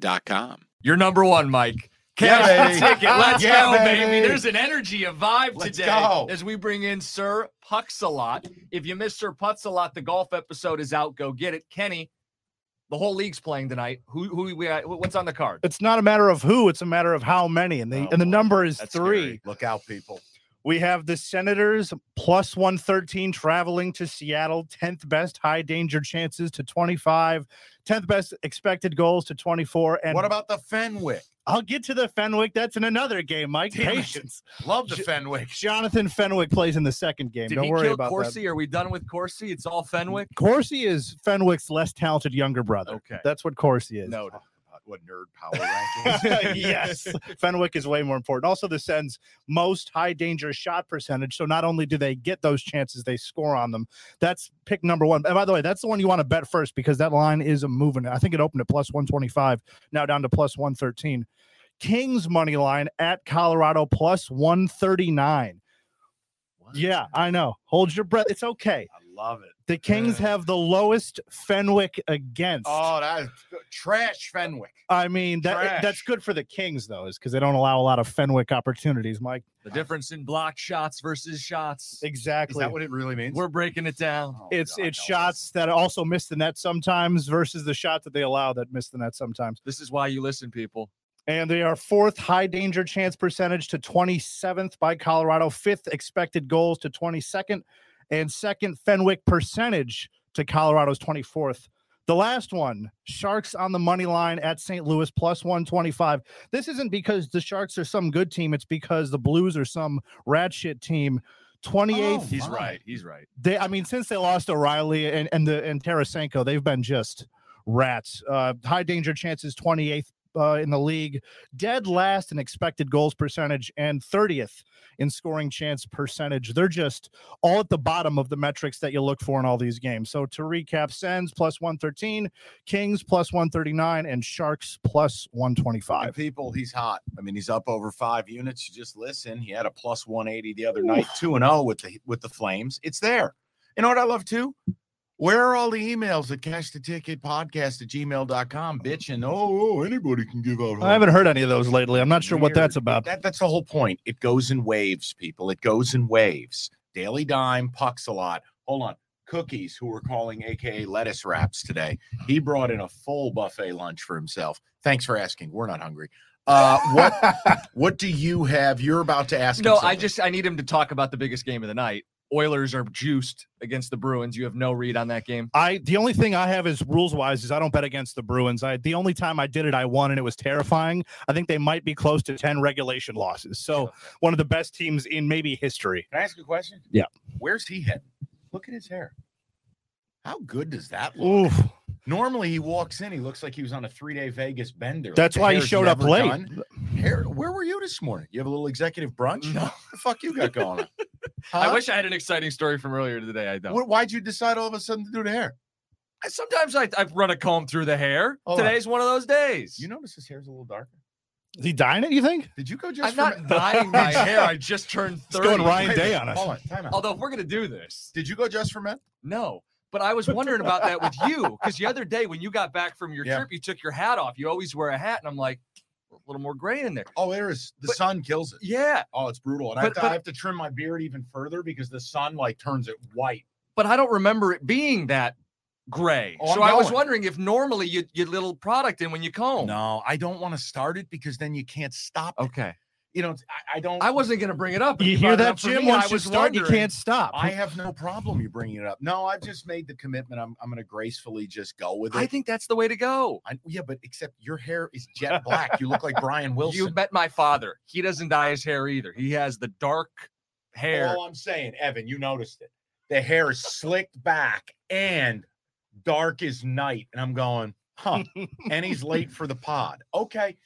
Certa.com. You're number one, Mike. Yeah, Cash baby. the ticket. Let's Yeah, go, baby. baby. There's an energy, a vibe Let's today go. as we bring in Sir Puxalot. If you missed Sir Puxalot, the golf episode is out. Go get it, Kenny. The whole league's playing tonight. Who who we got- what's on the card? It's not a matter of who, it's a matter of how many. And the Oh, and the boy. number is That's three. scary. Look out, people. We have the Senators plus 113 traveling to Seattle, 10th best high danger chances to 25, 10th best expected goals to 24. And what about the Fenwick? I'll get to the Fenwick. That's in another game, Mike. Patience. Love the J- Fenwick. Jonathan Fenwick plays in the second game. Did Don't he worry kill about Corsi? Are we done with Corsi? It's all Fenwick. that. Corsi is Fenwick's less talented younger brother. Okay. That's what Corsi is. No, what nerd power rankings? yes. Fenwick is way more important. Also, the Sens' most high danger shot percentage. So not only do they get those chances, they score on them. That's pick number one. And by the way, that's the one you want to bet first because that line is moving. I think it opened at plus 125, now down to plus 113. Kings money line at Colorado plus 139. What? Yeah, I know. Hold your breath. It's okay. I love it. The Kings Yeah. have the lowest Fenwick against. Oh, that is trash Fenwick. I mean, that, that's Trash. good for the Kings, though, is because they don't allow a lot of Fenwick opportunities, Mike. The difference in block shots versus shots. Is Exactly. that what it really means? We're breaking it down. Oh, it's God, it's no. shots that also miss the net sometimes versus the shot that they allow that miss the net sometimes. This is why you listen, people. And they are fourth high danger chance percentage to 27th by Colorado, fifth expected goals to 22nd, and second Fenwick percentage to Colorado's 24th. The last one, Sharks on the money line at St. Louis plus 125. This isn't because the Sharks are some good team, it's because the Blues are some rat shit team. 28th Oh, He's my. right. He's right. they I mean, since they lost O'Reilly and, and the and Tarasenko, they've been just rats. Uh high danger chances, 28th uh, in the league, dead last in expected goals percentage and 30th in scoring chance percentage. They're just all at the bottom of the metrics that you look for in all these games. So to recap, Sens plus 113, Kings plus 139, and Sharks plus And 125. people, he's hot. I mean, he's up over five units. You just listen. He had a plus 180 the other night, two and zero with the with the Flames. It's there. You know what I love too? Where are all the emails at cash the ticket podcast at gmail.com bitching? Oh, oh, anybody can give out. I haven't heard any of those lately. I'm not sure what Weird. that's about. That, that's the whole point. It goes in waves, people. It goes in waves. Daily Dime, Pucks a lot. Hold on. Cookies, who we're calling AKA lettuce wraps today, he brought in a full buffet lunch for himself. Thanks for asking. We're not hungry. Uh, what what do you have? You're about to ask. him No, I something. just I need him to talk about the biggest game of the night. Oilers are juiced against the Bruins. You have no read on that game. I the only thing I have is rules wise is I don't bet against the Bruins. I the only time I did it I won and it was terrifying. I think they might be close to 10 regulation losses. So one of the best teams in maybe history. Can I ask you a question? Yeah. Where's he heading? Look at his hair. How good does that look? Oof. Normally, he walks in. He looks like he was on a three-day Vegas bender. That's The why he hair's showed up never late. done. Hair, where were you this morning? You have a little executive brunch? No. What the fuck you got going on? I Huh? wish I had an exciting story from earlier today. I don't. Wh- why'd you decide all of a sudden to do the hair? I- Sometimes I, I run a comb through the hair. Hold on. Today's one of those days. You notice his hair's a little darker. Is he dying it, you think? Did you go just? I'm not dyeing my hair. I just turned He's 30. going Ryan Day on us. Hold on, time out. Although if we're gonna do this, Did you go just for men? no. But I was wondering about that with you because the other day when you got back from your Yeah. trip, you took your hat off. You always wear a hat, and I'm like, a little more gray in there. Oh, there is the But- sun kills it. Yeah, Oh, it's brutal, and I, But- have to, but- I have to trim my beard even further because the sun like turns it white. but I don't remember it being that gray. Oh, I'm so I was going. wondering if normally you you little product in when you comb. No, I don't want to start it because then you can't stop. it. Okay. You know, I, I don't. I wasn't gonna bring it up. but You brought hear it that, up for Jim? me, Once I you was start, you wondering. can't stop. I have no problem you bringing it up. No, I've just made the commitment. I'm, I'm going to gracefully just go with it. I think that's the way to go. I- yeah, but except your hair is jet black. You look like Brian Wilson. You met my father. He doesn't dye his hair either. He has the dark hair. All I'm saying, Evan, you noticed it. The hair is slicked back and dark as night. And I'm going, huh. and he's late for the pod. Okay.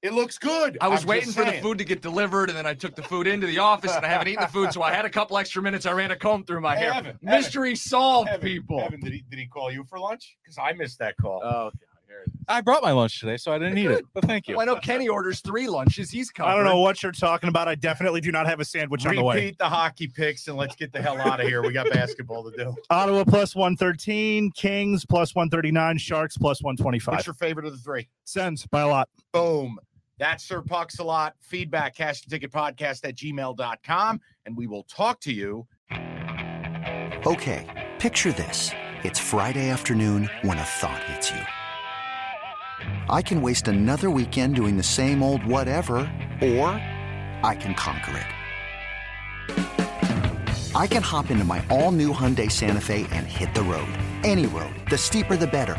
It looks good. I was I'm waiting just for the saying. food to get delivered, and then I took the food into the office, and I haven't eaten the food, so I had a couple extra minutes. I ran a comb through my Hey, hair. Evan, Evan, Mystery solved, Evan, people. Evan, did he did he call you for lunch? Because I missed that call. Oh, here it is. I brought my lunch today, so I didn't eat it. But thank you. Well, I know Kenny orders three lunches. He's coming. I don't know what you're talking about. I definitely do not have a sandwich on the way. Repeat the hockey picks and let's get the hell out of here. We got basketball to do. Ottawa plus 113, Kings plus 139, Sharks plus What's 125. your favorite of the three? Sends by a lot. Boom. That's Sir Pucks a lot. Feedback, cash the ticket podcast at gmail.com. And we will talk to you Okay, picture this. It's Friday afternoon when a thought hits you. I can waste another weekend doing the same old whatever, or I can conquer it. I can hop into my all new Hyundai Santa Fe and hit the road. Any road. The steeper, the better.